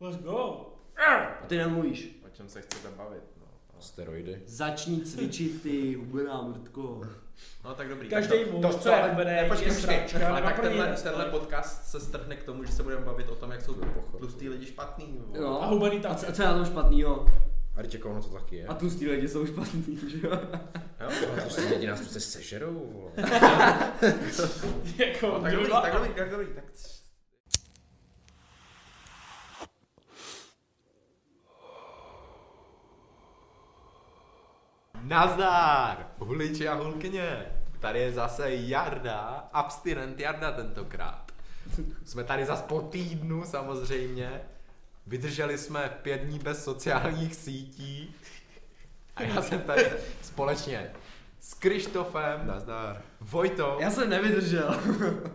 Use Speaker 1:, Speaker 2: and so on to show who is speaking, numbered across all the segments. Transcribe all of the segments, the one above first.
Speaker 1: Let's go.
Speaker 2: A ty nemluvíš.
Speaker 3: O čem se chcete bavit, no.
Speaker 4: Steroidy.
Speaker 2: Začni cvičit ty hubená mrtko.
Speaker 3: No tak dobrý.
Speaker 1: Každý
Speaker 3: tak
Speaker 1: muž,
Speaker 3: to, to,
Speaker 1: co
Speaker 3: to,
Speaker 1: je
Speaker 3: ale-
Speaker 1: hubený,
Speaker 3: ne, počkej,
Speaker 1: je
Speaker 3: počkej,
Speaker 1: sračka no,
Speaker 3: ale
Speaker 1: na
Speaker 3: tak tenhle,
Speaker 1: prdínek.
Speaker 3: tenhle podcast se strhne k tomu, že se budeme bavit o tom, jak jsou
Speaker 4: Pochop.
Speaker 3: tlustý lidi špatný. vole.
Speaker 2: No.
Speaker 1: A hubený
Speaker 2: A
Speaker 1: tam.
Speaker 2: co, a co je na tom špatnýho?
Speaker 4: A teď jako ono to taky je.
Speaker 2: A tlustý lidi jsou špatný, že jo?
Speaker 4: Jo, ale to si lidi nás prostě sežerou, vole.
Speaker 1: jako,
Speaker 3: No, tak dobrý,
Speaker 1: dva-
Speaker 3: tak dobrý, tak dobrý, tak Nazdar, huliči a hulkyně. Tady je zase Jarda, abstinent Jarda tentokrát. Jsme tady zas po týdnu samozřejmě. Vydrželi jsme pět dní bez sociálních sítí. A já jsem tady společně s Krištofem,
Speaker 4: Nazdar.
Speaker 3: Vojtou
Speaker 2: Já jsem nevydržel.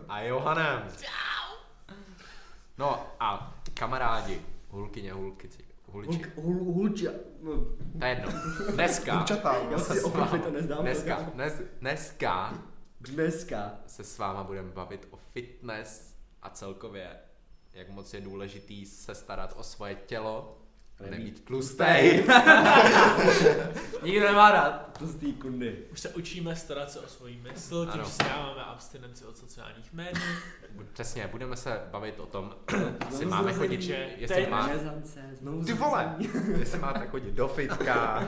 Speaker 3: a Johanem. No a kamarádi, hulkyně, hulkyci, huliči,
Speaker 2: Hulk, hul, hulča. No,
Speaker 3: to je jedno. Dneska,
Speaker 2: já si
Speaker 3: s váma,
Speaker 2: opravdu to nezdám.
Speaker 3: dneska,
Speaker 2: protože-
Speaker 3: dnes, dneska
Speaker 2: Dneska.
Speaker 3: se s váma budeme bavit o fitness a celkově, jak moc je důležitý se starat o svoje tělo, nebýt tlustej.
Speaker 2: Nikdo nemá rád tlustý kundy.
Speaker 1: Už se učíme starat se o svoji mysl, tím,
Speaker 3: Ano.
Speaker 1: že si dáváme abstinenci od sociálních médií.
Speaker 3: Přesně, budeme se bavit o tom, jestli
Speaker 2: Znovu
Speaker 3: máme
Speaker 2: se
Speaker 3: chodit,
Speaker 1: zřejmě.
Speaker 3: jestli
Speaker 1: Teď
Speaker 3: má,
Speaker 2: Řezance, znovu
Speaker 3: Ty
Speaker 2: řezance.
Speaker 3: vole, jestli máte chodit do fitka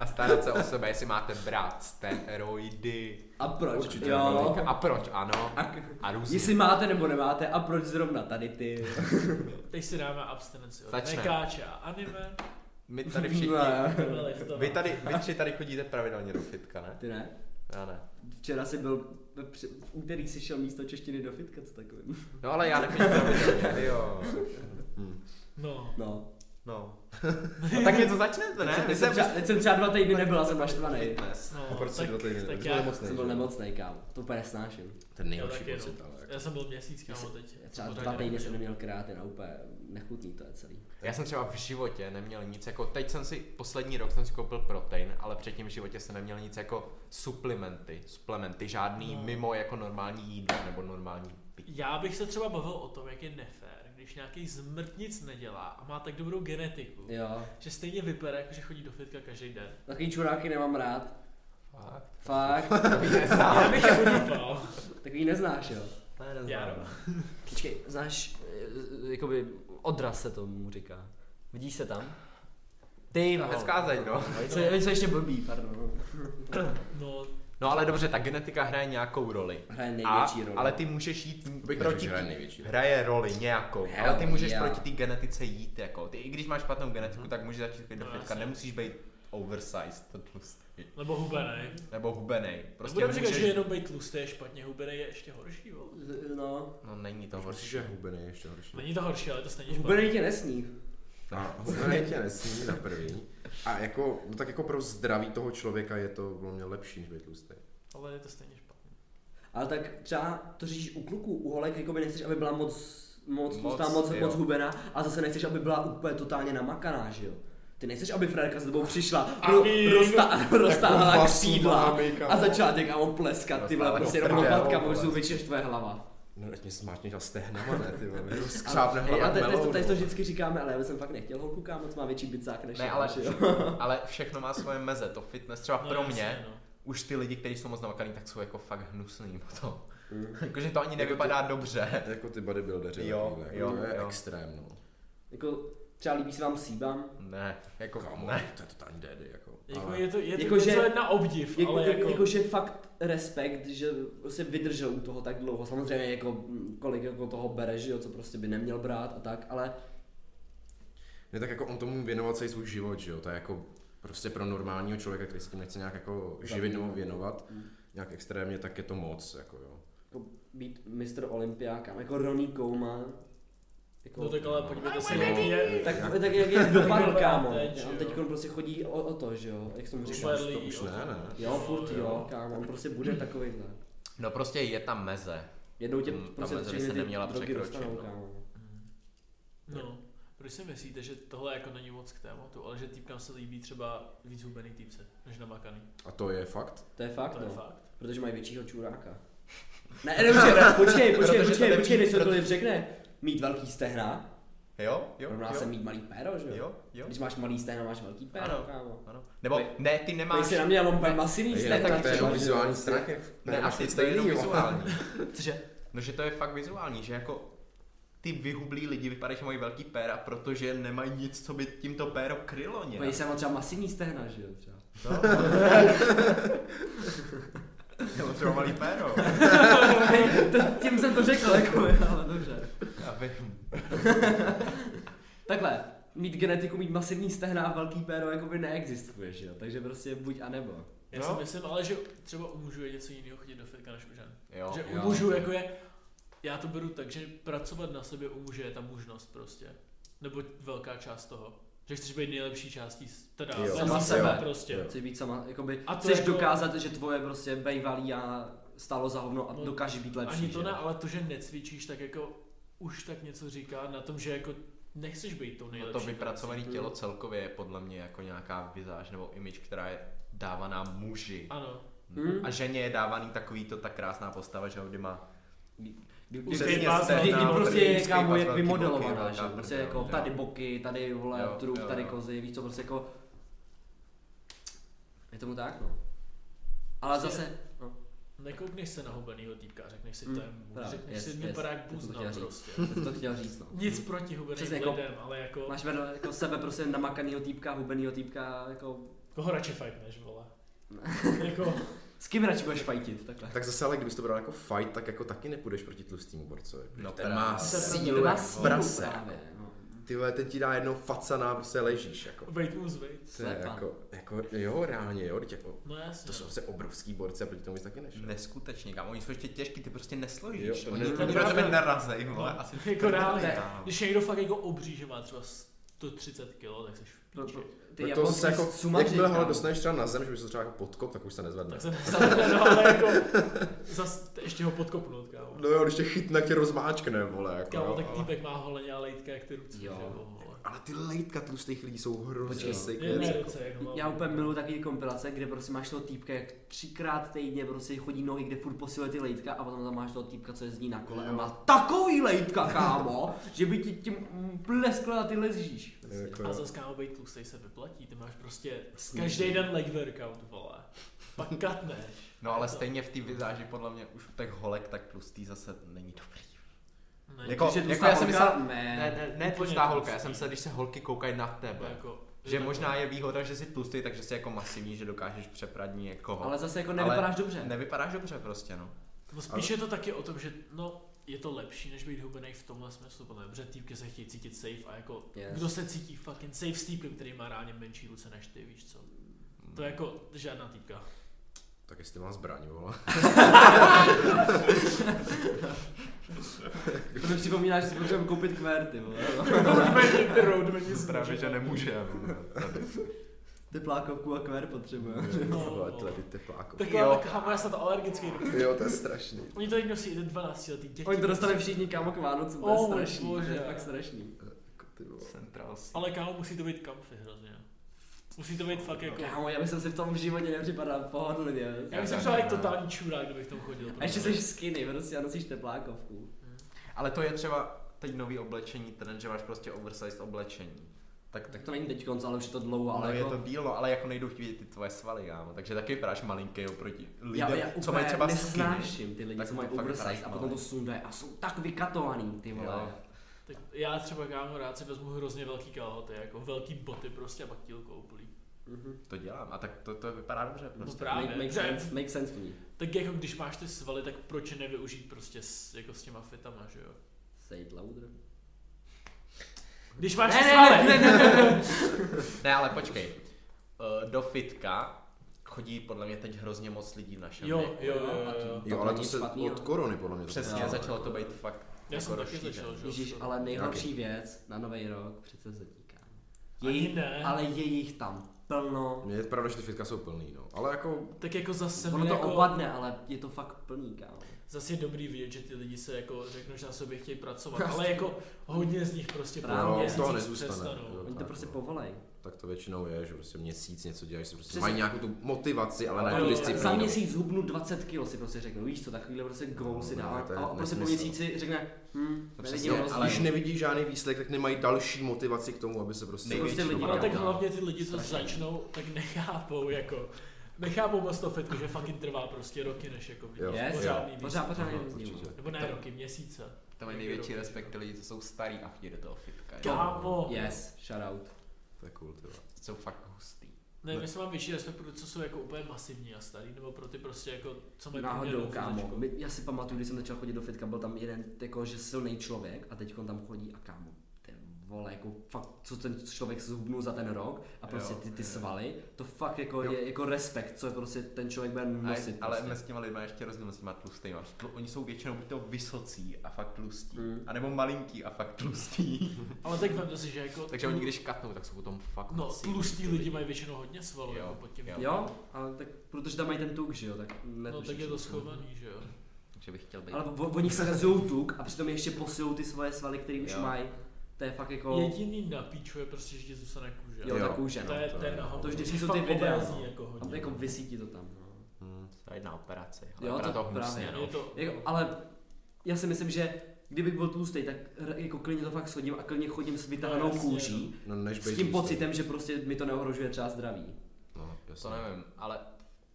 Speaker 3: a starat se o sebe, jestli máte brát steroidy.
Speaker 2: A proč?
Speaker 4: Určitě
Speaker 2: jo.
Speaker 3: A proč ano?
Speaker 2: A, k-
Speaker 3: A různě.
Speaker 2: jestli máte nebo nemáte, a proč zrovna tady ty?
Speaker 1: Teď si dáme abstinenci od
Speaker 3: Začneme.
Speaker 1: mekáče a anime.
Speaker 3: My tady všichni.
Speaker 2: Ne.
Speaker 1: Takhle liftová.
Speaker 3: Vy, tady, vy tři tady chodíte pravidelně do fitka, ne?
Speaker 2: No. Ty ne?
Speaker 3: Já ne.
Speaker 2: Včera jsi byl, při- v úterý jsi šel místo češtiny do fitka, co takovým.
Speaker 3: No ale já nechodím pravidelně, jo.
Speaker 1: No.
Speaker 2: No.
Speaker 3: No. no. tak něco začnete, ne?
Speaker 2: Teď,
Speaker 3: Vy
Speaker 2: jsem
Speaker 3: se
Speaker 2: třeba, teď jsem třeba dva týdny nebyl a jsem naštvaný.
Speaker 3: fitness.
Speaker 1: no
Speaker 4: A proč jsi
Speaker 1: tak-
Speaker 4: dva týdny?
Speaker 1: Tak
Speaker 4: Protože
Speaker 1: já,
Speaker 4: nemocný,
Speaker 2: Jsem
Speaker 4: že
Speaker 2: byl
Speaker 4: jo?
Speaker 2: nemocný, kámo. To úplně nesnáším.
Speaker 4: Ten
Speaker 1: Já
Speaker 4: nejhorší
Speaker 1: taky,
Speaker 4: pocit,
Speaker 1: no.
Speaker 4: ale. jako.
Speaker 1: já jsem byl měsíc, kámo, teď.
Speaker 2: Já Třeba
Speaker 1: Pořádně
Speaker 2: dva týdny
Speaker 1: neměl.
Speaker 2: jsem neměl kreatin a úplně nechutný to je celý.
Speaker 3: Já jsem třeba v životě neměl nic jako, teď jsem si, poslední rok jsem si koupil protein, ale předtím v životě jsem neměl nic jako suplementy, suplementy, žádný
Speaker 1: No.
Speaker 3: mimo jako normální jídlo nebo normální pití.
Speaker 1: Já bych se třeba bavil o tom, jak je nefér, když nějaký zmrt nic nedělá a má tak dobrou genetiku,
Speaker 2: Jo.
Speaker 1: že stejně vypere, jako že chodí do fitka každý den.
Speaker 2: Takový čuráky nemám rád.
Speaker 3: Fakt.
Speaker 2: Fakt.
Speaker 1: Já bych je udupal.
Speaker 2: Takový neznáš, jo.
Speaker 1: Jaro.
Speaker 2: Počkej, znáš, eh, jakoby odraz se tomu říká. Vidíš se tam? Ty
Speaker 3: No, hezká zeď, no.
Speaker 2: Co, co ještě blbý, pardon.
Speaker 1: No,
Speaker 3: No ale dobře, ta genetika hraje nějakou roli.
Speaker 2: Hraje
Speaker 3: A,
Speaker 2: největší roli.
Speaker 3: ale ty můžeš jít
Speaker 4: Bych neřekl,
Speaker 3: proti
Speaker 4: že hraje
Speaker 3: tý-
Speaker 4: největší roli.
Speaker 3: hraje roli nějakou,
Speaker 2: Hell
Speaker 3: ale ty můžeš
Speaker 2: yeah. Mhm.
Speaker 3: proti té genetice jít jako. Ty, I když máš špatnou genetiku, tak můžeš začít chodit do
Speaker 1: No,
Speaker 3: fitka,
Speaker 1: jasně.
Speaker 3: nemusíš být oversized, to tlustý.
Speaker 1: nebo hubenej.
Speaker 3: Nebo hubenej.
Speaker 1: Prostě
Speaker 3: Prostě
Speaker 1: Nebudeme říkat,
Speaker 3: můžeš...
Speaker 1: že jenom být tlustý je špatně, hubenej je ještě horší, vole.
Speaker 2: No.
Speaker 3: No není to
Speaker 4: To horší,
Speaker 3: horší.
Speaker 4: že hubený je ještě horší.
Speaker 1: Není to horší, ale to stejně špatně.
Speaker 2: Hubený tě nesní.
Speaker 4: A hubený tě nesmí na první. A jako, no tak jako pro zdraví toho člověka je to pro mě lepší, než být tlustý.
Speaker 1: Ale je to stejně špatně.
Speaker 2: Ale tak třeba to řešíš u kluků, u holek, jako by nechceš, aby byla moc moc
Speaker 3: Moc,
Speaker 2: tlustá, moc, moc,
Speaker 3: jo.
Speaker 2: moc hubená a zase nechceš, aby byla úplně totálně namakaná, že jo? Ty nechceš, aby Frederka s tebou přišla, ro,
Speaker 1: Amín.
Speaker 2: rozta, roztáhla
Speaker 4: pasu
Speaker 2: křídla
Speaker 4: máme, kámo.
Speaker 2: a začala tě kámo pleskat, ty vole,
Speaker 3: Roztáhla
Speaker 2: prostě
Speaker 3: do
Speaker 2: rovnou
Speaker 3: prdele,
Speaker 2: patka,
Speaker 3: vole.
Speaker 2: možná vyčeš tvoje hlava.
Speaker 4: No, ať mě smáčneš a stehnama, ne, ty vole.
Speaker 2: Skřápne
Speaker 4: Rozkřápne
Speaker 2: hlava.
Speaker 4: hlava
Speaker 2: Já
Speaker 4: k
Speaker 2: tady to,
Speaker 4: melounu.
Speaker 2: tady to vždycky říkáme, ale já bych jsem fakt nechtěl holku, kámo, co má větší bicák než
Speaker 3: Ne,
Speaker 2: já,
Speaker 3: ale,
Speaker 2: že jo?
Speaker 3: ale všechno má svoje meze, to fitness třeba
Speaker 1: No,
Speaker 3: pro
Speaker 1: jasně,
Speaker 3: mě,
Speaker 1: no.
Speaker 3: už ty lidi, kteří jsou moc namakaný, tak jsou jako fakt hnusný potom.
Speaker 2: Mm.
Speaker 3: Jakože to
Speaker 2: Jako
Speaker 3: ani nevypadá dobře.
Speaker 4: Jako ty bodybuildeři.
Speaker 3: Jo,
Speaker 4: takovýhle,
Speaker 3: jo,
Speaker 4: jako to je
Speaker 3: jo.
Speaker 4: extrém, no.
Speaker 2: Jako, třeba líbí se vám síbam.
Speaker 3: Ne, jako
Speaker 4: Kámo,
Speaker 3: ne.
Speaker 4: to je totální dédy, jako.
Speaker 1: Jako
Speaker 4: Ale-
Speaker 1: je to, je to
Speaker 2: Jako,
Speaker 1: jako
Speaker 2: že-
Speaker 1: něco že, na obdiv,
Speaker 2: Jako,
Speaker 1: ale jako,
Speaker 2: jakože fakt respekt, že se vydržel u toho tak dlouho. Samozřejmě jako mm, kolik jako toho bere, že jo, co prostě by neměl brát a tak, ale
Speaker 4: Ne, tak jako on tomu věnoval celý svůj život, že jo? To je jako prostě pro normálního člověka, který se tím nechce nějak jako živit nebo věnovat, nějak extrémně, tak je to moc, jako jo.
Speaker 2: jako být mistr olympiáka, jako Ronnie Koeman. Jako,
Speaker 1: no tak ale podívejte se,
Speaker 4: No,
Speaker 1: jak je,
Speaker 2: tak, tak, jak je dopadl,
Speaker 1: Vypadá
Speaker 2: kámo.
Speaker 1: teď, že
Speaker 2: On
Speaker 1: jo.
Speaker 2: teď prostě chodí o, o, to, že jo, jak jsem mu říkal.
Speaker 1: Super
Speaker 4: to
Speaker 1: League,
Speaker 4: už ne, ne.
Speaker 2: Jo, furt jo, kámo, on prostě bude takovýhle.
Speaker 3: No prostě je tam meze.
Speaker 2: Jednou tě
Speaker 3: Hmm, ta
Speaker 2: prostě
Speaker 3: meze by
Speaker 2: všechny
Speaker 3: se
Speaker 2: ty
Speaker 3: neměla
Speaker 2: drogy
Speaker 3: překročit,
Speaker 2: dostanou,
Speaker 3: no.
Speaker 2: kámo.
Speaker 1: No, proč si myslíte, že tohle jako není moc k tématu, ale že týpkám se líbí třeba víc hubený týpce, než namakaný.
Speaker 4: A to je fakt?
Speaker 2: To je fakt,
Speaker 1: To je
Speaker 2: no.
Speaker 1: fakt.
Speaker 2: Protože mají většího čuráka. Ne, ne, počkej, počkej, počkej,
Speaker 3: Protože to
Speaker 2: počkej,
Speaker 3: neví-
Speaker 2: počkej, než se to
Speaker 3: proto-
Speaker 2: lid řekne. Mít velký stehna
Speaker 3: Jo, jo,
Speaker 2: Rovná
Speaker 3: jo.
Speaker 2: se mít malý péro, že jo?
Speaker 3: Jo, jo.
Speaker 2: Když máš malý stejno, máš velký péro,
Speaker 3: Ano.
Speaker 2: kámo.
Speaker 3: Ano. Nebo
Speaker 2: Vy-
Speaker 3: ne, ty
Speaker 2: Máš...
Speaker 3: nemáš.
Speaker 2: si na mě, já mám úplně masivní
Speaker 4: Je,
Speaker 2: stejno.
Speaker 4: tak to je
Speaker 2: třeba,
Speaker 4: jenom
Speaker 2: že jo?
Speaker 4: vizuální strach.
Speaker 3: Ne, asi to je jenom vizuální. Cože? No, že to je fakt vizuální, že jako ty vyhublí lidi vypadají, že mají velký péra, protože nemají nic, co by tímto péro krylo nějak. No.
Speaker 2: Podívej se, já mám třeba masivní stehna, že jo? Třeba.
Speaker 3: Nebo třeba malý péro.
Speaker 2: To- Tím jsem to řekl, jako, ale dobře.
Speaker 3: Já vím.
Speaker 2: Takhle, mít genetiku, mít masivní stehna a velký péro jakoby neexistuje, že jo? Takže prostě buď a nebo.
Speaker 1: Já
Speaker 3: No.
Speaker 1: si myslím, ale že třeba u mužů je něco jiného chodit do fitka než u žen.
Speaker 3: Jo.
Speaker 1: že u
Speaker 4: jo.
Speaker 1: mužů jako je, já to beru tak, že pracovat na sobě u muže je ta mužnost prostě. Nebo velká část toho. Že chceš být nejlepší částí, s- teda
Speaker 4: Jo.
Speaker 1: sama
Speaker 2: Sama
Speaker 1: sebe
Speaker 2: sebe.
Speaker 1: prostě.
Speaker 4: Jo.
Speaker 2: Chceš být sama, jakoby,
Speaker 1: A
Speaker 2: a
Speaker 1: to
Speaker 2: chceš
Speaker 1: jako-
Speaker 2: jako... dokázat, že tvoje prostě bejvalý já stálo za hovno a
Speaker 1: No,
Speaker 2: dokáže být lepší,
Speaker 1: Ani to
Speaker 2: že?
Speaker 1: ne,
Speaker 2: jo?
Speaker 1: ale to, že necvičíš, tak jako už tak něco říká na tom, že jako nechceš být tou
Speaker 3: No
Speaker 1: nejlepší.
Speaker 3: to vypracované tělo celkově je podle mě jako nějaká vizáž nebo image, která je dávaná muži.
Speaker 1: Ano.
Speaker 2: Hmm.
Speaker 3: A ženě je dávaný takový to ta krásná postava, že jo, kdy má
Speaker 2: Kdy, kdy,
Speaker 1: Už
Speaker 2: kdy,
Speaker 1: je
Speaker 3: přesně
Speaker 1: pás-
Speaker 3: stejná,
Speaker 1: kdy- kdy
Speaker 2: prostě
Speaker 3: brýlí,
Speaker 2: je kámo
Speaker 3: skýpá
Speaker 2: jak
Speaker 3: velký boky,
Speaker 2: vymodelovaná,
Speaker 3: velká
Speaker 2: že jo? Prostě
Speaker 3: prdel,
Speaker 2: jako
Speaker 3: jo.
Speaker 2: tady boky, tady vole
Speaker 3: Jo,
Speaker 2: trup,
Speaker 3: jo,
Speaker 2: tady
Speaker 3: jo.
Speaker 2: kozy, víš co, prostě jako... Je tomu tak, no. Ale
Speaker 1: Prostě-
Speaker 2: zase, no,
Speaker 1: Nekoukneš se na hubenýho týpka, řekneš si,
Speaker 2: Mm,
Speaker 1: to je muž,
Speaker 2: právě,
Speaker 1: řekneš si,
Speaker 2: jest,
Speaker 1: vypadá
Speaker 2: jest,
Speaker 1: jak
Speaker 2: to
Speaker 1: buzna
Speaker 2: chtěla říct.
Speaker 1: prostě.
Speaker 2: to jsem to chtěl říct, no.
Speaker 1: Nic proti hubeným
Speaker 2: Přesně
Speaker 1: lidem,
Speaker 2: jako-
Speaker 1: ale jako,
Speaker 2: Máš vedle jako sebe prostě namakanýho týpka, hubenýho týpka, jako...
Speaker 1: koho radši fajtneš, vole. jako,
Speaker 2: S kým radši budeš fajtit, takhle.
Speaker 4: Tak zase, ale kdybys to bral jako fight, tak jako taky nepůjdeš proti tlustýmu borcovi. protože
Speaker 3: No
Speaker 4: ten
Speaker 3: právě.
Speaker 4: má
Speaker 3: To je
Speaker 4: sílu
Speaker 2: Má
Speaker 4: jak
Speaker 2: sílu
Speaker 4: prase.
Speaker 2: právě, no.
Speaker 4: Ty vole, ten ti dá jednou facana, prostě ležíš jako.
Speaker 1: wait moves, wait.
Speaker 4: To je
Speaker 2: Slepa.
Speaker 4: jako, jako, jo, reálně, jo, teď jako,
Speaker 1: No jasně.
Speaker 4: to jsou se obrovský borce, proti tomu nic taky nešel.
Speaker 3: Neskutečně, kam oni jsou ještě těžký, ty prostě nesložíš.
Speaker 4: Jo,
Speaker 3: Jo,
Speaker 4: to
Speaker 3: oni
Speaker 4: ne-
Speaker 1: to
Speaker 3: to tebe
Speaker 1: ne-
Speaker 3: narazej,
Speaker 1: No,
Speaker 3: vole, asi
Speaker 1: jako reálně.
Speaker 3: kámo.
Speaker 1: Když někdo fakt jako obří, že má třeba 130 kg, tak seš v
Speaker 2: Pro,
Speaker 1: píči.
Speaker 2: pro, ty
Speaker 4: Proto
Speaker 2: Japonci
Speaker 4: se jako,
Speaker 2: sumaři,
Speaker 4: jakmile ho
Speaker 2: kámo.
Speaker 4: dostaneš třeba na zem, že bys to třeba jako podkop, tak už se nezvedne.
Speaker 1: Tak se nezapne, no ale jako zas ještě ho podkopnout, kámo.
Speaker 4: No jo, když tě chytne, jak tě rozmáčkne, vole, jako.
Speaker 1: Kámo,
Speaker 4: jo,
Speaker 1: tak
Speaker 4: ale-
Speaker 1: týpek má holeně a lejtka jak ty ruce, že
Speaker 2: Jo.
Speaker 1: jo, vole.
Speaker 4: Ale ty lejtka tlustých lidí jsou hrozně
Speaker 2: Počkej,
Speaker 4: sick věc,
Speaker 1: Jedné
Speaker 4: jako.
Speaker 1: ruce, jak
Speaker 2: Já úplně miluji takové kompilace, kde prostě máš toho týpka, jak třikrát týdně prostě chodí nohy, kde furt posiluje ty lejtka a potom tam máš toho týpka, co jezdí na kole a má takový lejtka, kámo, že by ti tím pleskla a ty lezíš.
Speaker 4: Jako,
Speaker 1: A
Speaker 4: jo.
Speaker 1: zase kámo, být tlustej se vyplatí, ty máš prostě každý den leg workout, vole. Pak katneš.
Speaker 3: No ale
Speaker 1: To-
Speaker 3: stejně v té vizáži podle mě už u těch holek tak tlustý zase není dobrý.
Speaker 1: Ne,
Speaker 3: Jako-
Speaker 2: Že tlustá
Speaker 3: já jsem
Speaker 2: holka,
Speaker 3: myslel-
Speaker 2: ne,
Speaker 3: Ne, ne, ne
Speaker 1: úplně
Speaker 3: tlustá holka,
Speaker 1: tlustý.
Speaker 3: já jsem se, když se holky koukají na
Speaker 1: to
Speaker 3: tebe.
Speaker 1: jako,
Speaker 3: Že možná je výhoda, že jsi tlustý, takže jsi jako masivní, že dokážeš přeprat někoho.
Speaker 2: ale zase jako nevypadáš dobře.
Speaker 3: Nevypadáš dobře prostě, no.
Speaker 1: No spíš je to taky o tom, že no, je to lepší, než být hubený v tomhle smyslu, podle mě, protože týpky se chtějí cítit safe a jako, yes.
Speaker 2: Yes.
Speaker 1: kdo se cítí fucking safe s týpkem, který má ráně menší ruce než ty, víš co? To je jako žádná týpka.
Speaker 4: Tak jestli má zbraň, vole.
Speaker 2: To mi připomíná, Jako že si potřebujeme koupit kverty, vole.
Speaker 1: Roadman, roadman nic
Speaker 3: Právě, že
Speaker 1: nemůže.
Speaker 3: nemůže. tady.
Speaker 2: Ty plákovku a kver potřebujeme.
Speaker 1: No,
Speaker 4: Vole,
Speaker 1: no.
Speaker 4: tyhle ty tepláko.
Speaker 1: Takhle,
Speaker 3: Jo.
Speaker 1: tak kámo, já jsem to alergický.
Speaker 4: Jo, to je strašný.
Speaker 1: Oni to někdo nosí i 12 letý děti.
Speaker 2: Oni to dostali všichni kámo k Vánocům, to je
Speaker 1: Oh,
Speaker 2: strašný,
Speaker 1: bože.
Speaker 2: to je fakt strašný.
Speaker 4: Jako ty vole.
Speaker 3: Central City.
Speaker 1: Ale kámo, musí to být comfy hrozně. Musí to být fakt jako...
Speaker 2: Kámo, já bych se v tom v životě nepřipadal pohodlivě.
Speaker 1: Já bych se třeba i totální čurák, kdybych tam chodil.
Speaker 2: A ještě jsi skinny, prostě a nosíš teplákovku.
Speaker 3: Ale to je třeba teď nový oblečení, trend, že máš prostě oversized oblečení. Tak, tak
Speaker 2: Tak to není teď konc, ale už je to dlouho,
Speaker 3: No,
Speaker 2: ale
Speaker 3: ale je
Speaker 2: jako...
Speaker 3: to bílo, ale jako nejdou vidět ty tvoje svaly, kámo. Takže taky vypadáš malinký oproti lidem,
Speaker 2: já, já
Speaker 3: co mají třeba skinny.
Speaker 2: nesnáším ty lidi,
Speaker 3: Tak
Speaker 2: co
Speaker 3: to
Speaker 2: mají
Speaker 3: fakt
Speaker 2: oversize
Speaker 3: vypadáš
Speaker 2: a potom to
Speaker 3: malý.
Speaker 2: sundají a jsou tak vykatovaný, ty vole.
Speaker 3: Jo.
Speaker 1: Tak já třeba kámo rád si vezmu hrozně velký kalhoty, jako velký boty prostě a pak tílko úplný.
Speaker 3: To dělám a tak to, to vypadá dobře
Speaker 1: No
Speaker 3: prostě.
Speaker 1: právě.
Speaker 2: Make, make,
Speaker 1: že-
Speaker 2: sense, make sense to me.
Speaker 1: Tak jako když máš ty svaly, tak proč je nevyužít prostě s, jako s těma fitama, že jo?
Speaker 2: Say it louder.
Speaker 1: Když máš
Speaker 2: Ne,
Speaker 1: ty
Speaker 2: ne,
Speaker 1: svaly!
Speaker 2: ne,
Speaker 3: Ne, ale počkej. Eh, Do fitka chodí podle mě teď hrozně moc lidí v našem
Speaker 1: Jo,
Speaker 3: věku.
Speaker 1: jo, jo,
Speaker 2: A
Speaker 1: jo.
Speaker 2: to-
Speaker 4: Jo, ale to
Speaker 2: není
Speaker 4: se
Speaker 2: špatný,
Speaker 4: od
Speaker 2: jo.
Speaker 4: korony podle mě. to
Speaker 3: Přesně,
Speaker 4: bylo.
Speaker 3: začalo to být fakt
Speaker 1: Já jsem
Speaker 3: jako
Speaker 1: taky
Speaker 3: rozšířený.
Speaker 1: začal, že jo?
Speaker 2: Ježíš, ale nejhorší věc na nový rok přece zatíká.
Speaker 1: Ani
Speaker 2: Jejich,
Speaker 1: ne.
Speaker 2: ale je jich tam plno.
Speaker 4: Mně je pravda, že ty fitka jsou plný, no. Ale jako,
Speaker 1: Tak jako zase
Speaker 2: Ono
Speaker 1: mi
Speaker 2: to
Speaker 1: jako,
Speaker 2: opadne, ale je to fakt plný, kámo.
Speaker 1: Zase je dobrý vidět, že ty lidi se jako řeknou, že na sobě chtějí pracovat,
Speaker 2: Prostě.
Speaker 1: ale jako hodně z nich prostě po
Speaker 2: Právě.
Speaker 1: měsících
Speaker 4: Toho nezůstane.
Speaker 1: přestanou.
Speaker 4: Jo.
Speaker 2: Oni to
Speaker 4: Tak,
Speaker 2: prostě
Speaker 4: no.
Speaker 2: povolej.
Speaker 4: Tak to většinou je, že prostě měsíc něco děláš, že prostě
Speaker 2: Přesně.
Speaker 4: mají nějakou tu motivaci, ale ne
Speaker 1: Jo,
Speaker 4: tu
Speaker 2: Za
Speaker 4: disciplínu.
Speaker 2: měsíc zhubnu 20 kg si prostě řeknu, víš co, takovýhle prostě goal si
Speaker 4: No,
Speaker 2: dá
Speaker 4: to je
Speaker 2: a prostě po
Speaker 4: nesmysl.
Speaker 2: měsíci řekne, hm,
Speaker 4: No
Speaker 2: nevidím
Speaker 4: Přesně,
Speaker 2: rozdíl.
Speaker 4: ale když nevidí žádný výsledek, tak nemají další motivaci k tomu, aby se prostě...
Speaker 2: Největší
Speaker 4: prostě
Speaker 2: problém.
Speaker 1: Ale tak
Speaker 2: Jo.
Speaker 1: hlavně ty lidi, co začnou, tak nechápou jako, nechápou moc to fitku, že fucking trvá prostě roky, než jako vidíš
Speaker 2: Yes.
Speaker 1: pořádný
Speaker 2: Pořád,
Speaker 1: výstup.
Speaker 2: pořád
Speaker 4: Aha,
Speaker 2: rozdíl.
Speaker 4: určitě.
Speaker 1: Nebo ne roky, měsíce.
Speaker 3: To mají největší respekt ty lidi, co jsou starý a chodí do toho fitka. jo.
Speaker 1: Kámo!
Speaker 2: Yes, shoutout.
Speaker 4: To je cool, tyhle.
Speaker 3: Jsou fakt hustý.
Speaker 1: Ne, my jsme mám větší respekt pro ty, co jsou jako úplně masivní a starý, nebo pro ty prostě jako, co mají
Speaker 2: Náhodou,
Speaker 1: průměrnou
Speaker 2: kámo.
Speaker 1: fyzičku.
Speaker 2: My, já si pamatuju, když jsem začal chodit do fitka, byl tam jeden jako, že silný člověk a teď on tam chodí a kámo, ty vole, jako fakt, co ten člověk zhubnul za ten rok a prostě
Speaker 3: Jo,
Speaker 2: ty, ty
Speaker 3: jo.
Speaker 2: svaly, to fakt jako je jako respekt, co je prostě ten člověk bude
Speaker 3: A,
Speaker 2: nosit.
Speaker 3: ale
Speaker 2: prostě.
Speaker 3: mezi těma lidma ještě rozdíl mezi těma tlustýma. Tl- no. Oni jsou většinou buď to vysocí a fakt tlustí,
Speaker 2: Mm.
Speaker 3: mm. anebo malinký a fakt tlustí.
Speaker 1: Ale tak vemte si, že jako...
Speaker 3: Takže oni když katnou, tak jsou potom fakt
Speaker 1: No,
Speaker 3: masivní,
Speaker 1: tlustý
Speaker 3: ty
Speaker 1: lidi mají většinou hodně svalů,
Speaker 3: Jo,
Speaker 1: jako pod tím.
Speaker 3: jo.
Speaker 2: Jo, ale tak, protože tam mají ten tuk, že jo, tak
Speaker 1: No,
Speaker 2: netušíš,
Speaker 1: tak je to
Speaker 2: co-
Speaker 1: schovaný, že jo.
Speaker 3: Takže bych chtěl být.
Speaker 2: Ale o- oni schazují tuk a přitom ještě posilují ty svoje svaly, které už
Speaker 3: Jo.
Speaker 2: mají. To je fakt jako,
Speaker 1: Jediný na píču je prostě, že ti zůstane kůže.
Speaker 2: jo,
Speaker 4: Jo.
Speaker 2: tak už no.
Speaker 1: To je, to je na
Speaker 2: To
Speaker 1: hovno.
Speaker 2: vždycky jsou
Speaker 1: Fakt
Speaker 2: ty videa,
Speaker 1: obrazí
Speaker 2: no.
Speaker 1: Jako
Speaker 2: A
Speaker 1: hodně.
Speaker 2: jako vysítí to tam, no.
Speaker 4: Hmm.
Speaker 3: To je jedna operace.
Speaker 2: Jo,
Speaker 3: Jo,
Speaker 2: to
Speaker 3: to, to hnusně,
Speaker 2: právě.
Speaker 3: no.
Speaker 1: Je to...
Speaker 2: Jako, ale já si myslím, že kdybych byl tlustý, tak r- jako klidně to fakt shodím a klidně chodím s
Speaker 1: No,
Speaker 2: vytáhanou
Speaker 1: jasně,
Speaker 2: kůží.
Speaker 4: No, než
Speaker 2: S
Speaker 4: bejt
Speaker 2: tím
Speaker 4: místo.
Speaker 2: pocitem, že prostě mi to neohrožuje třeba zdraví.
Speaker 4: No, jasně.
Speaker 3: To nevím, ale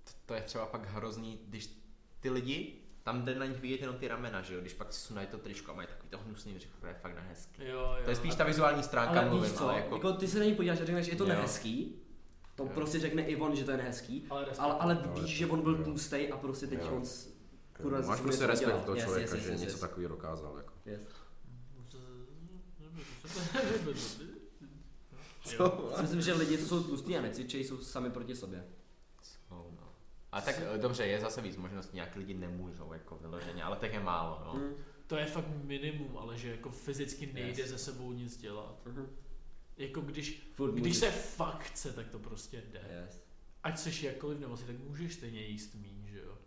Speaker 3: t- to je třeba pak hrozný, když ty lidi, tam jde na nich vidět jenom ty ramena, že jo, když pak si sunají to tričko a mají takový to hnusný břicho, to je fakt nehezký.
Speaker 1: Jo, jo.
Speaker 3: To je spíš ta vizuální stránka,
Speaker 2: Ale víš
Speaker 3: mluvím,
Speaker 2: co,
Speaker 3: ale jako...
Speaker 2: jako ty se na ní podíváš a řekneš, je to
Speaker 3: Jo.
Speaker 2: nehezký. To
Speaker 3: Jo. No,
Speaker 2: prostě řekne Ivon, že to je nehezký.
Speaker 1: Ale,
Speaker 2: Ale, ale
Speaker 4: Jo,
Speaker 2: víš,
Speaker 4: jo.
Speaker 2: že on byl
Speaker 4: Jo.
Speaker 2: tlustý a prostě teď
Speaker 4: Jo.
Speaker 2: on s- kurva
Speaker 4: Máš
Speaker 2: zase
Speaker 4: prostě
Speaker 2: něco
Speaker 4: respekt
Speaker 2: dělá.
Speaker 4: pro toho
Speaker 2: Yes,
Speaker 4: člověka,
Speaker 2: yes,
Speaker 4: že
Speaker 2: yes,
Speaker 4: něco
Speaker 2: yes.
Speaker 4: takového dokázal. Jako.
Speaker 2: Yes.
Speaker 1: Co?
Speaker 2: Já si Myslím, že lidi, co jsou tlustí a necvičejí, jsou sami proti sobě.
Speaker 3: Jsou, no. A tak eh, dobře, je zase víc možností, nějak lidi nemůžou jako vyloženě, ale tak je málo, no.
Speaker 2: Mm.
Speaker 1: To je fakt minimum, ale že jako fyzicky nejde
Speaker 3: Yes.
Speaker 1: ze sebou nic dělat.
Speaker 2: Mhm.
Speaker 1: Jako když,
Speaker 2: Furt
Speaker 1: když
Speaker 2: můžeš.
Speaker 1: se fakt chce, tak to prostě jde.
Speaker 2: Yes.
Speaker 1: Ať seš jakkoliv nemocný, tak můžeš stejně jíst míň, že jo?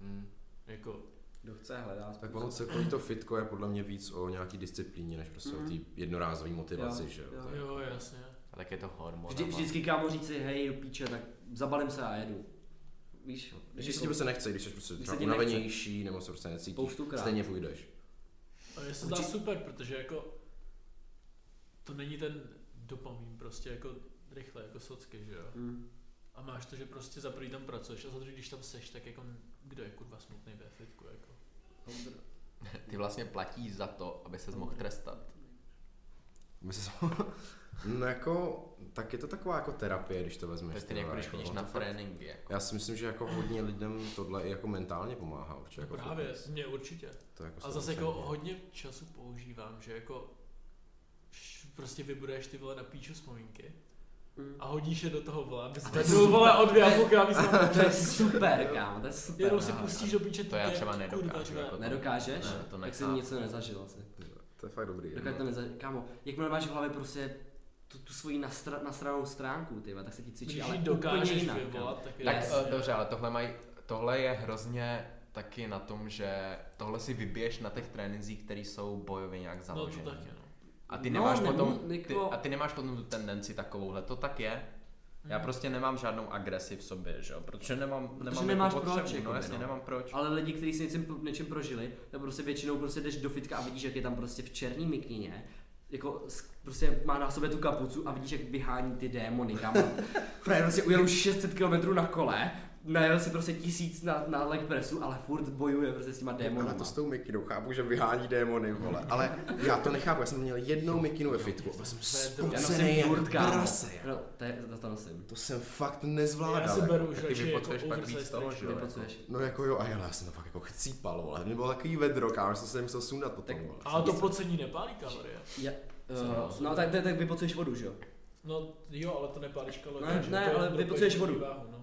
Speaker 2: Hmm.
Speaker 3: Mm.
Speaker 1: Jako,
Speaker 2: Kdo chce hledat.
Speaker 4: Tak ono celkově to fitko je podle mě víc o nějaký disciplíně, než prostě o
Speaker 2: Mhm.
Speaker 4: té jednorázové motivaci,
Speaker 2: Jo,
Speaker 4: že jo.
Speaker 2: jo.
Speaker 4: To je-
Speaker 1: jo, jasně.
Speaker 3: A tak je to hormon. no.
Speaker 2: Vždy, vždycky kámo říci, hej, do píče, tak zabalím se a jedu. Víš, Jako
Speaker 4: Když si tě prostě nechce, když jsi prostě
Speaker 2: Když
Speaker 4: třeba
Speaker 2: se ti nechce.
Speaker 4: unavenější, nebo se prostě necítíš,
Speaker 2: Spoustukrát.
Speaker 4: stejně půjdeš.
Speaker 1: A je se zdá
Speaker 2: Určitě-
Speaker 1: super, protože jako to není ten dopamin prostě jako rychle, jako socky, že jo.
Speaker 2: Mm.
Speaker 1: A máš to, že prostě za prvý tam pracuješ a za druhý, když tam seš, tak jako kdo je kurva smutný ve fitku, jako.
Speaker 3: Ty vlastně platíš za to, aby se mohl trestat.
Speaker 4: My se No jako, tak je to taková jako terapie, když to vezmeš.
Speaker 3: To je stejně jako
Speaker 4: tyhle, no.
Speaker 3: když chodíš
Speaker 4: ono
Speaker 3: na
Speaker 4: to fakt-
Speaker 3: tréninky. Jako.
Speaker 4: Já si myslím, že jako hodně lidem tohle i jako mentálně pomáhá určitě.
Speaker 1: No
Speaker 4: Jako
Speaker 1: právě,
Speaker 4: fitness.
Speaker 1: mě určitě.
Speaker 4: To je jako
Speaker 1: A zase jako
Speaker 4: 100%.
Speaker 1: hodně času používám, že jako š- prostě vybuduješ ty vole na píču vzpomínky a hodíš je do toho vole, aby se tak vole o dvě a půl krávy
Speaker 2: To je super, kámo, to je super.
Speaker 1: Jenom si pustíš do píče
Speaker 3: no, To já
Speaker 1: ty-
Speaker 3: třeba
Speaker 1: ty kurva,
Speaker 3: nedokážu,
Speaker 1: že jo.
Speaker 3: jako to-
Speaker 2: Nedokážeš?
Speaker 3: Ne, to
Speaker 2: tak
Speaker 3: nechápu.
Speaker 2: jsem nic nezažil asi.
Speaker 4: To je fakt dobrý.
Speaker 2: Dokud to
Speaker 4: no.
Speaker 2: nezažil, kámo, jakmile máš v hlavě prostě tu, tu svoji nastra, nasranou stránku, ty, vole, tak se ti cvičí,
Speaker 1: Když
Speaker 2: ale
Speaker 1: ji
Speaker 2: úplně
Speaker 1: dokážeš
Speaker 2: jinak. kámo.
Speaker 1: vyvolat, tak je No,
Speaker 3: Tak
Speaker 2: Yes.
Speaker 3: eh, dobře, ale tohle, mají, tohle je hrozně taky na tom, že tohle si vybiješ na těch trénincích, které jsou bojově nějak
Speaker 1: No
Speaker 3: založené.
Speaker 1: to taky, no.
Speaker 3: A ty
Speaker 2: No,
Speaker 3: nemáš
Speaker 2: nemů-
Speaker 3: potom, ty,
Speaker 2: jako-
Speaker 3: a ty nemáš potom tu tendenci takovouhle, to tak je. Já
Speaker 2: Hmm.
Speaker 1: Mhm.
Speaker 3: prostě nemám žádnou agresi v sobě, že jo, protože nemám, nemám jako
Speaker 2: nemáš
Speaker 3: potřebu,
Speaker 2: proč, jakoby,
Speaker 3: no jasně,
Speaker 2: no.
Speaker 3: nemám proč.
Speaker 2: Ale lidi, kteří si něčím, něčím prožili, tak prostě většinou prostě jdeš do fitka a vidíš, jak je tam prostě v černý mikině, jako s- prostě má na sobě tu kapucu a vidíš, jak vyhání ty démony, kámo. Frajer prostě ujel už 600 km na kole, najel si prostě tisíc na, na leg pressu, ale furt bojuje prostě s těma démonama.
Speaker 4: Ale Jako
Speaker 1: no.
Speaker 4: to s tou Mikinou, chápu, že vyhání démony, vole, ale já to nechápu, já jsem měl jednou Mikinu ve fitku, byl jsem
Speaker 2: Já
Speaker 4: spocený
Speaker 2: nosím
Speaker 4: jak
Speaker 2: furt, kámo.
Speaker 4: prase, jako.
Speaker 2: No, to, je, to, to nosím.
Speaker 4: to jsem fakt
Speaker 1: Já si
Speaker 4: nezvládal. jako.
Speaker 1: beru už
Speaker 3: Ty
Speaker 1: radši jako
Speaker 3: vypotřebuješ pak víc
Speaker 1: oversize
Speaker 3: toho,
Speaker 1: tričko.
Speaker 3: že jo.
Speaker 2: Vypocuješ.
Speaker 4: No jako jo, a jel, já jsem to fakt jako chcípal, vole, mě bylo takový vedro, kámo, že jsem se musel sundat potom,
Speaker 2: Tak-
Speaker 4: vole.
Speaker 1: Ale to pocení nepálí kalorie.
Speaker 2: Ja,
Speaker 3: Co?
Speaker 2: uh, no tak, tak, tak vypocuješ vodu, že jo?
Speaker 1: No jo, ale to nepálíš kalorie.
Speaker 2: Ne,
Speaker 1: že
Speaker 2: ne,
Speaker 1: to je
Speaker 2: ale
Speaker 1: pro
Speaker 2: vypotřebuješ
Speaker 1: pojití
Speaker 2: vodu.
Speaker 1: Váhu, no.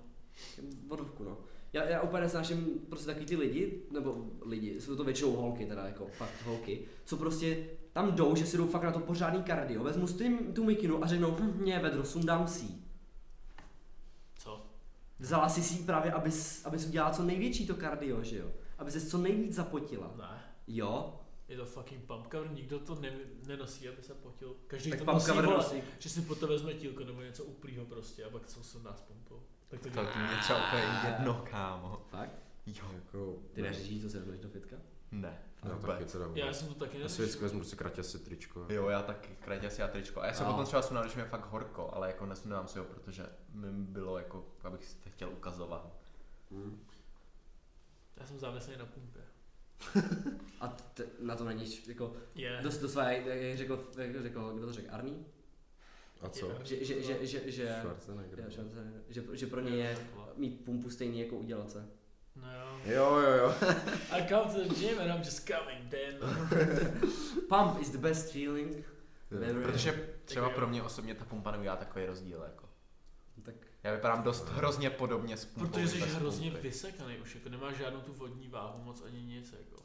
Speaker 2: Vodovku, no. Já, já úplně nesnáším prostě takový ty lidi, nebo lidi, jsou to většinou holky teda, jako fakt holky, co prostě tam jdou, že si jdou fakt na to pořádný kardio, vezmu si tím- tu mikinu a řeknou, hm, mě je vedro, sundám si ji."
Speaker 1: Co?
Speaker 2: Vzala si si ji právě, aby, aby si udělala co největší to kardio, že jo? aby se co nejvíc zapotila.
Speaker 3: No.
Speaker 1: Ne,
Speaker 2: Jo?
Speaker 1: je to fucking pump cover, nikdo to ne, nenosí, aby se potil. Každý
Speaker 2: Tak
Speaker 1: to
Speaker 2: pump
Speaker 1: nosí,
Speaker 2: cover
Speaker 1: vole,
Speaker 2: nosí.
Speaker 1: že si po to vezme tílko nebo něco uplýho prostě a pak co se nás pumpou. Tak to
Speaker 3: To
Speaker 1: dělá.
Speaker 3: je mě třeba úplně jedno, kámo.
Speaker 2: Fakt?
Speaker 3: Jo,
Speaker 4: Jako, No,
Speaker 2: Ty
Speaker 1: No.
Speaker 2: neříš, co se jdeš do fitka?
Speaker 3: ne.
Speaker 4: Já taky
Speaker 3: vůbec.
Speaker 4: teda
Speaker 1: Já
Speaker 4: vůbec.
Speaker 1: jsem to taky
Speaker 4: Já si vždycky
Speaker 1: neslyšel.
Speaker 4: vezmu prostě kratě si tričko.
Speaker 3: Jo, já taky, krátě si já tričko. A já se
Speaker 2: No.
Speaker 3: no. potom třeba sundám, když mi je fakt horko, ale jako nesundám si ho, protože mi bylo jako, abych se chtěl ukazovat.
Speaker 1: Já jsem závislý na pumpě.
Speaker 2: A t- na to není, jako,
Speaker 1: Je.
Speaker 2: dost doslova, jak, jak, řekl, jak řekl, kdo to řekl, Arný?
Speaker 4: A co?
Speaker 1: Jo.
Speaker 2: Že, že, že, že, že,
Speaker 4: Schwarzenegger.
Speaker 2: Jo, Schwarzenegger. že, že pro ně je mít pumpu stejný jako udělat se.
Speaker 1: No jo.
Speaker 4: Jo, jo, jo.
Speaker 1: I come to the gym and No, I'm just coming, damn.
Speaker 2: Pump is the best feeling. Never.
Speaker 3: Protože třeba
Speaker 1: Tak jo.
Speaker 3: pro mě osobně ta pumpa neudělá takový rozdíl, jako.
Speaker 2: No, Tak
Speaker 3: Já vypadám dost hrozně podobně s pumpou.
Speaker 1: Protože
Speaker 3: než
Speaker 1: jsi
Speaker 3: bez
Speaker 1: hrozně
Speaker 3: pumpy.
Speaker 1: vysekaný už, jako nemáš žádnou tu vodní váhu moc ani nic, jako.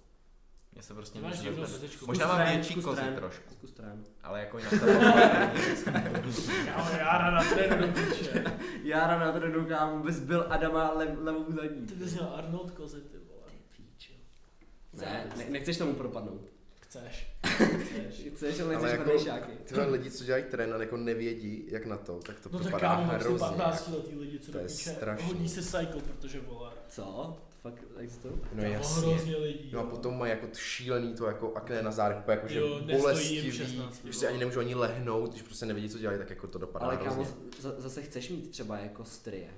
Speaker 3: Mně se prostě
Speaker 1: Nemáš
Speaker 3: nic
Speaker 1: žádnou
Speaker 3: nezvedne.
Speaker 1: srdečku.
Speaker 3: Možná mám
Speaker 2: Zkus
Speaker 3: větší
Speaker 2: trén,
Speaker 3: kozy
Speaker 2: zkus trén.
Speaker 3: trošku,
Speaker 2: zkus trám.
Speaker 3: ale jako jinak to
Speaker 1: Já, já ráda trénu do piče.
Speaker 2: Já ráno na ten kámo, vůbec byl Adama lev, levou zadní.
Speaker 1: Ty bys měl Arnold kozy, ty vole.
Speaker 2: Ne, ne, nechceš tomu propadnout.
Speaker 1: Chceš. Chceš.
Speaker 2: Chceš, ale
Speaker 4: Ale
Speaker 2: nechceš
Speaker 4: jako-
Speaker 2: padnešáky.
Speaker 4: Tyhle lidi, co dělají trén a jako nevědí, jak na to, tak to
Speaker 1: No tak
Speaker 4: vypadá
Speaker 1: kámo, mám si
Speaker 4: hrozně.
Speaker 1: 15 letý lidi, co
Speaker 4: To
Speaker 1: do
Speaker 4: je
Speaker 1: piče.
Speaker 4: strašný.
Speaker 1: Hodí se cycle, protože volá.
Speaker 2: Co? To fakt existuje?
Speaker 4: No
Speaker 1: Kámo,
Speaker 4: jasně.
Speaker 1: Hrozně lidí.
Speaker 4: No a
Speaker 1: jo.
Speaker 4: potom mají jako t- šílený to jako akné na zádech, úplně jako že
Speaker 1: Jo, nestojí jim
Speaker 4: bolestivý,
Speaker 1: 16.
Speaker 4: že si ani nemůžou ani lehnout, když prostě nevědí, co dělají, tak jako to dopadá
Speaker 2: Ale kámo,
Speaker 4: hrozně.
Speaker 2: za- zase chceš mít třeba jako strie.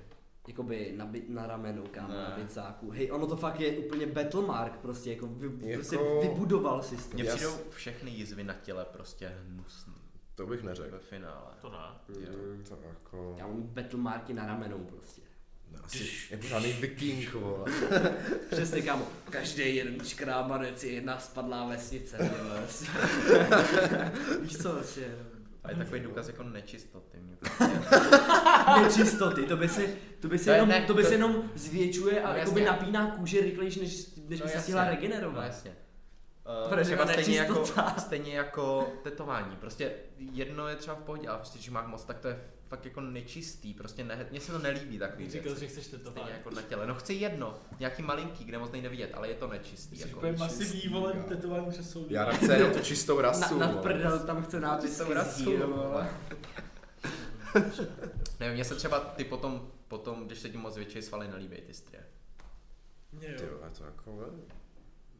Speaker 2: Jakoby na, bi- na ramenu, kámo,
Speaker 3: Ne.
Speaker 2: na bicáku. Hej, ono to fakt je úplně battlemark prostě, jako, vy,
Speaker 4: Jako-
Speaker 2: prostě vybudoval si to.
Speaker 3: Mně
Speaker 4: Já s-
Speaker 3: přijdou všechny jizvy na těle prostě hnusný.
Speaker 4: To bych neřekl.
Speaker 3: Ve finále.
Speaker 1: To ne.
Speaker 4: Jo, To jako...
Speaker 2: Já mám battlemarky na ramenou prostě.
Speaker 4: no Asi jako žádný viking, vole.
Speaker 2: Přesně kámo, každý jeden škrábanec je jedna spadlá vesnice. vole. Víš co, prostě.
Speaker 3: A je takový důkaz jako nečistoty. Mě
Speaker 2: Nečistoty, to by se, to by se,
Speaker 3: To je
Speaker 2: jenom,
Speaker 3: ne-
Speaker 2: to by
Speaker 3: to-
Speaker 2: se jenom zvětšuje a
Speaker 3: No
Speaker 2: jakoby
Speaker 3: jasně.
Speaker 2: napíná kůži rychlejší, než, než by se stihla
Speaker 3: No
Speaker 2: regenerovat.
Speaker 3: jasně.
Speaker 2: To je
Speaker 3: Uh, třeba stejně jako,
Speaker 2: nečistota.
Speaker 3: stejně jako tetování. Prostě jedno je třeba v pohodě, ale prostě, když máš moc, tak to je fakt jako nečistý. Prostě ne, mně se to nelíbí takový
Speaker 1: Ty říkal, že chceš tetování.
Speaker 3: Stejně jako na těle. No chci jedno, nějaký malinký, kde moc nejde vidět, ale je to nečistý.
Speaker 1: Jsi
Speaker 3: Jako.
Speaker 1: úplně masivní, vole,
Speaker 4: jo.
Speaker 1: tetování přes soudy.
Speaker 4: Já chci jenom tu čistou rasu,
Speaker 2: Na,
Speaker 4: vole.
Speaker 2: nad prdel tam chce nápisky z
Speaker 3: rasu,
Speaker 2: díl,
Speaker 3: vole.
Speaker 2: vole.
Speaker 3: Nevím, mně se třeba ty potom, potom když se ti moc větší svaly nelíbí ty strie.
Speaker 1: Ne,
Speaker 4: Ty
Speaker 1: jo.
Speaker 4: vole, to jako, vole.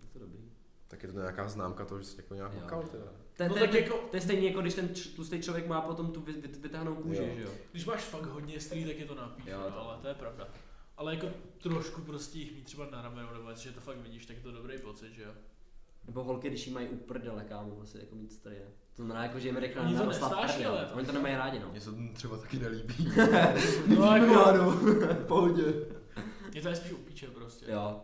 Speaker 2: Je to dobrý.
Speaker 4: Tak je to nějaká známka toho, že jsi jako nějak
Speaker 2: Jo.
Speaker 4: hokal, teda.
Speaker 2: To,
Speaker 1: No
Speaker 2: to,
Speaker 1: tak
Speaker 2: to,
Speaker 1: jako-
Speaker 2: to je stejně jako když ten č- tlustý člověk má potom tu vy- vy- vytáhnou kůži,
Speaker 4: Jo.
Speaker 2: že jo?
Speaker 1: Když máš fakt hodně strý, tak je to napíš,
Speaker 2: Jo,
Speaker 1: no,
Speaker 2: to-
Speaker 1: ale to je pravda. Ale jako trošku prostě jich mít třeba na ramenu nebo něco, že to fakt vidíš, tak je to dobrý pocit, že jo?
Speaker 2: Nebo holky, když jí mají u prdele, kámo, prostě jako mít strie. To znamená jako, že jim rychle
Speaker 1: Oni to
Speaker 2: narostla
Speaker 1: nesnáší,
Speaker 2: prdel.
Speaker 1: ale-
Speaker 2: Oni to nemají rádi, no.
Speaker 3: Mně se to třeba taky nelíbí.
Speaker 1: No jako,
Speaker 2: v pohodě.
Speaker 1: je to spíš upíče prostě.
Speaker 2: Jo,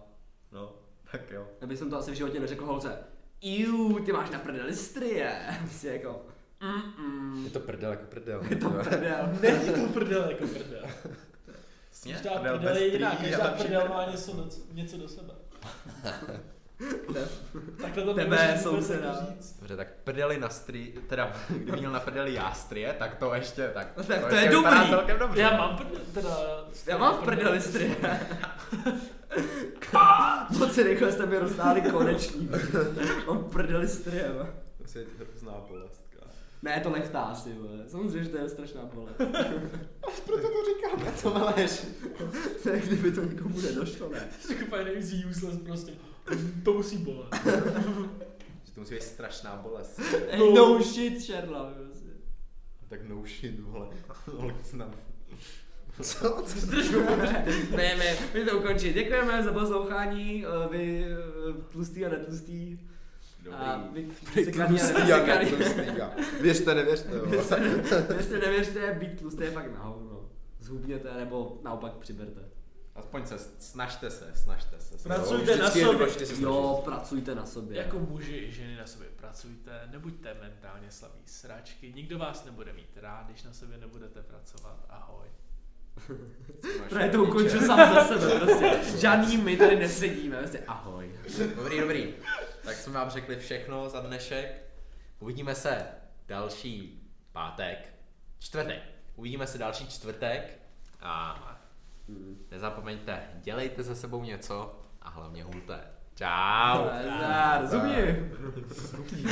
Speaker 3: no, tak jo.
Speaker 2: já bych jsem to asi v životě neřekl holce. Iu, ty máš na prdeli strie. Prostě jako,
Speaker 4: Je to prdel jako prdel.
Speaker 2: je to
Speaker 4: vole.
Speaker 2: prdel.
Speaker 1: Není to prdel jako prdel.
Speaker 3: Sně,
Speaker 1: Každá
Speaker 3: prdel
Speaker 1: prdel
Speaker 3: bez
Speaker 1: je jiná,
Speaker 3: strýí a
Speaker 1: každá
Speaker 3: lepší
Speaker 1: prdel má něco, do- něco do sebe.
Speaker 2: Te-
Speaker 1: Takhle to
Speaker 2: tebe,
Speaker 1: nemůžeš vůbec
Speaker 2: souseda.
Speaker 1: jako říct.
Speaker 3: Dobře, tak prdeli na stry, teda kdyby měl na prdeli já strie, tak to ještě, tak
Speaker 2: No tak to je
Speaker 3: ještě vypadá
Speaker 2: dobrý.
Speaker 3: celkem dobře.
Speaker 1: Já mám prdel, teda...
Speaker 2: Já mám v prdeli strie. Moc rychle jste mi rozdáli koneční. mám v prdeli strie. vole.
Speaker 3: Musí to hrozná bolest, kámo.
Speaker 2: Ne, to nechtá asi, vole. Samozřejmě, že to je strašná bolest.
Speaker 4: Proto to říkám, já to maleš.
Speaker 2: To je, kdyby to nikomu nedošlo, ne?
Speaker 1: To je úplně nejvíc useless prostě. To musí bolet.
Speaker 3: Že to musí být strašná bolest.
Speaker 2: Hey, no shit, Sherlock. prostě.
Speaker 3: tak no shit, vole. Holky se nám.
Speaker 4: Co?
Speaker 2: Ne, ne, my to ukončit. Děkujeme za poslouchání, eh, vy eh, tlustý a netlustý. A vy sekaný a
Speaker 4: Tlustý, já
Speaker 2: nesekaný.
Speaker 4: tlustý, já. Věřte, nevěřte, vole.
Speaker 2: Věřte, nevěřte, být tlustý je fakt na hovno. Zhubněte, nebo naopak přiberte.
Speaker 3: Aspoň se, snažte se, snažte se.
Speaker 1: Na-
Speaker 3: No.
Speaker 1: Pracujte
Speaker 4: Jo,
Speaker 1: na
Speaker 4: vždycky je
Speaker 1: sobě. No,
Speaker 4: důležité se snažit.
Speaker 2: Jo, pracujte na sobě.
Speaker 1: Jako muži i ženy na sobě pracujte, nebuďte mentálně slabí sračky, nikdo vás nebude mít rád, když na sobě nebudete pracovat, ahoj.
Speaker 2: Právě to ukončil sám za sebe, prostě. Žádný my tady nesedíme, prostě ahoj.
Speaker 3: Dobrý, dobrý. Tak jsme vám řekli všechno za dnešek. Uvidíme se další pátek. Čtvrtek. Uvidíme se další čtvrtek.
Speaker 2: Mhm.
Speaker 3: A nezapomeňte, dělejte se sebou něco a hlavně hulte.
Speaker 5: Čau.
Speaker 2: Nazdar, Zubi.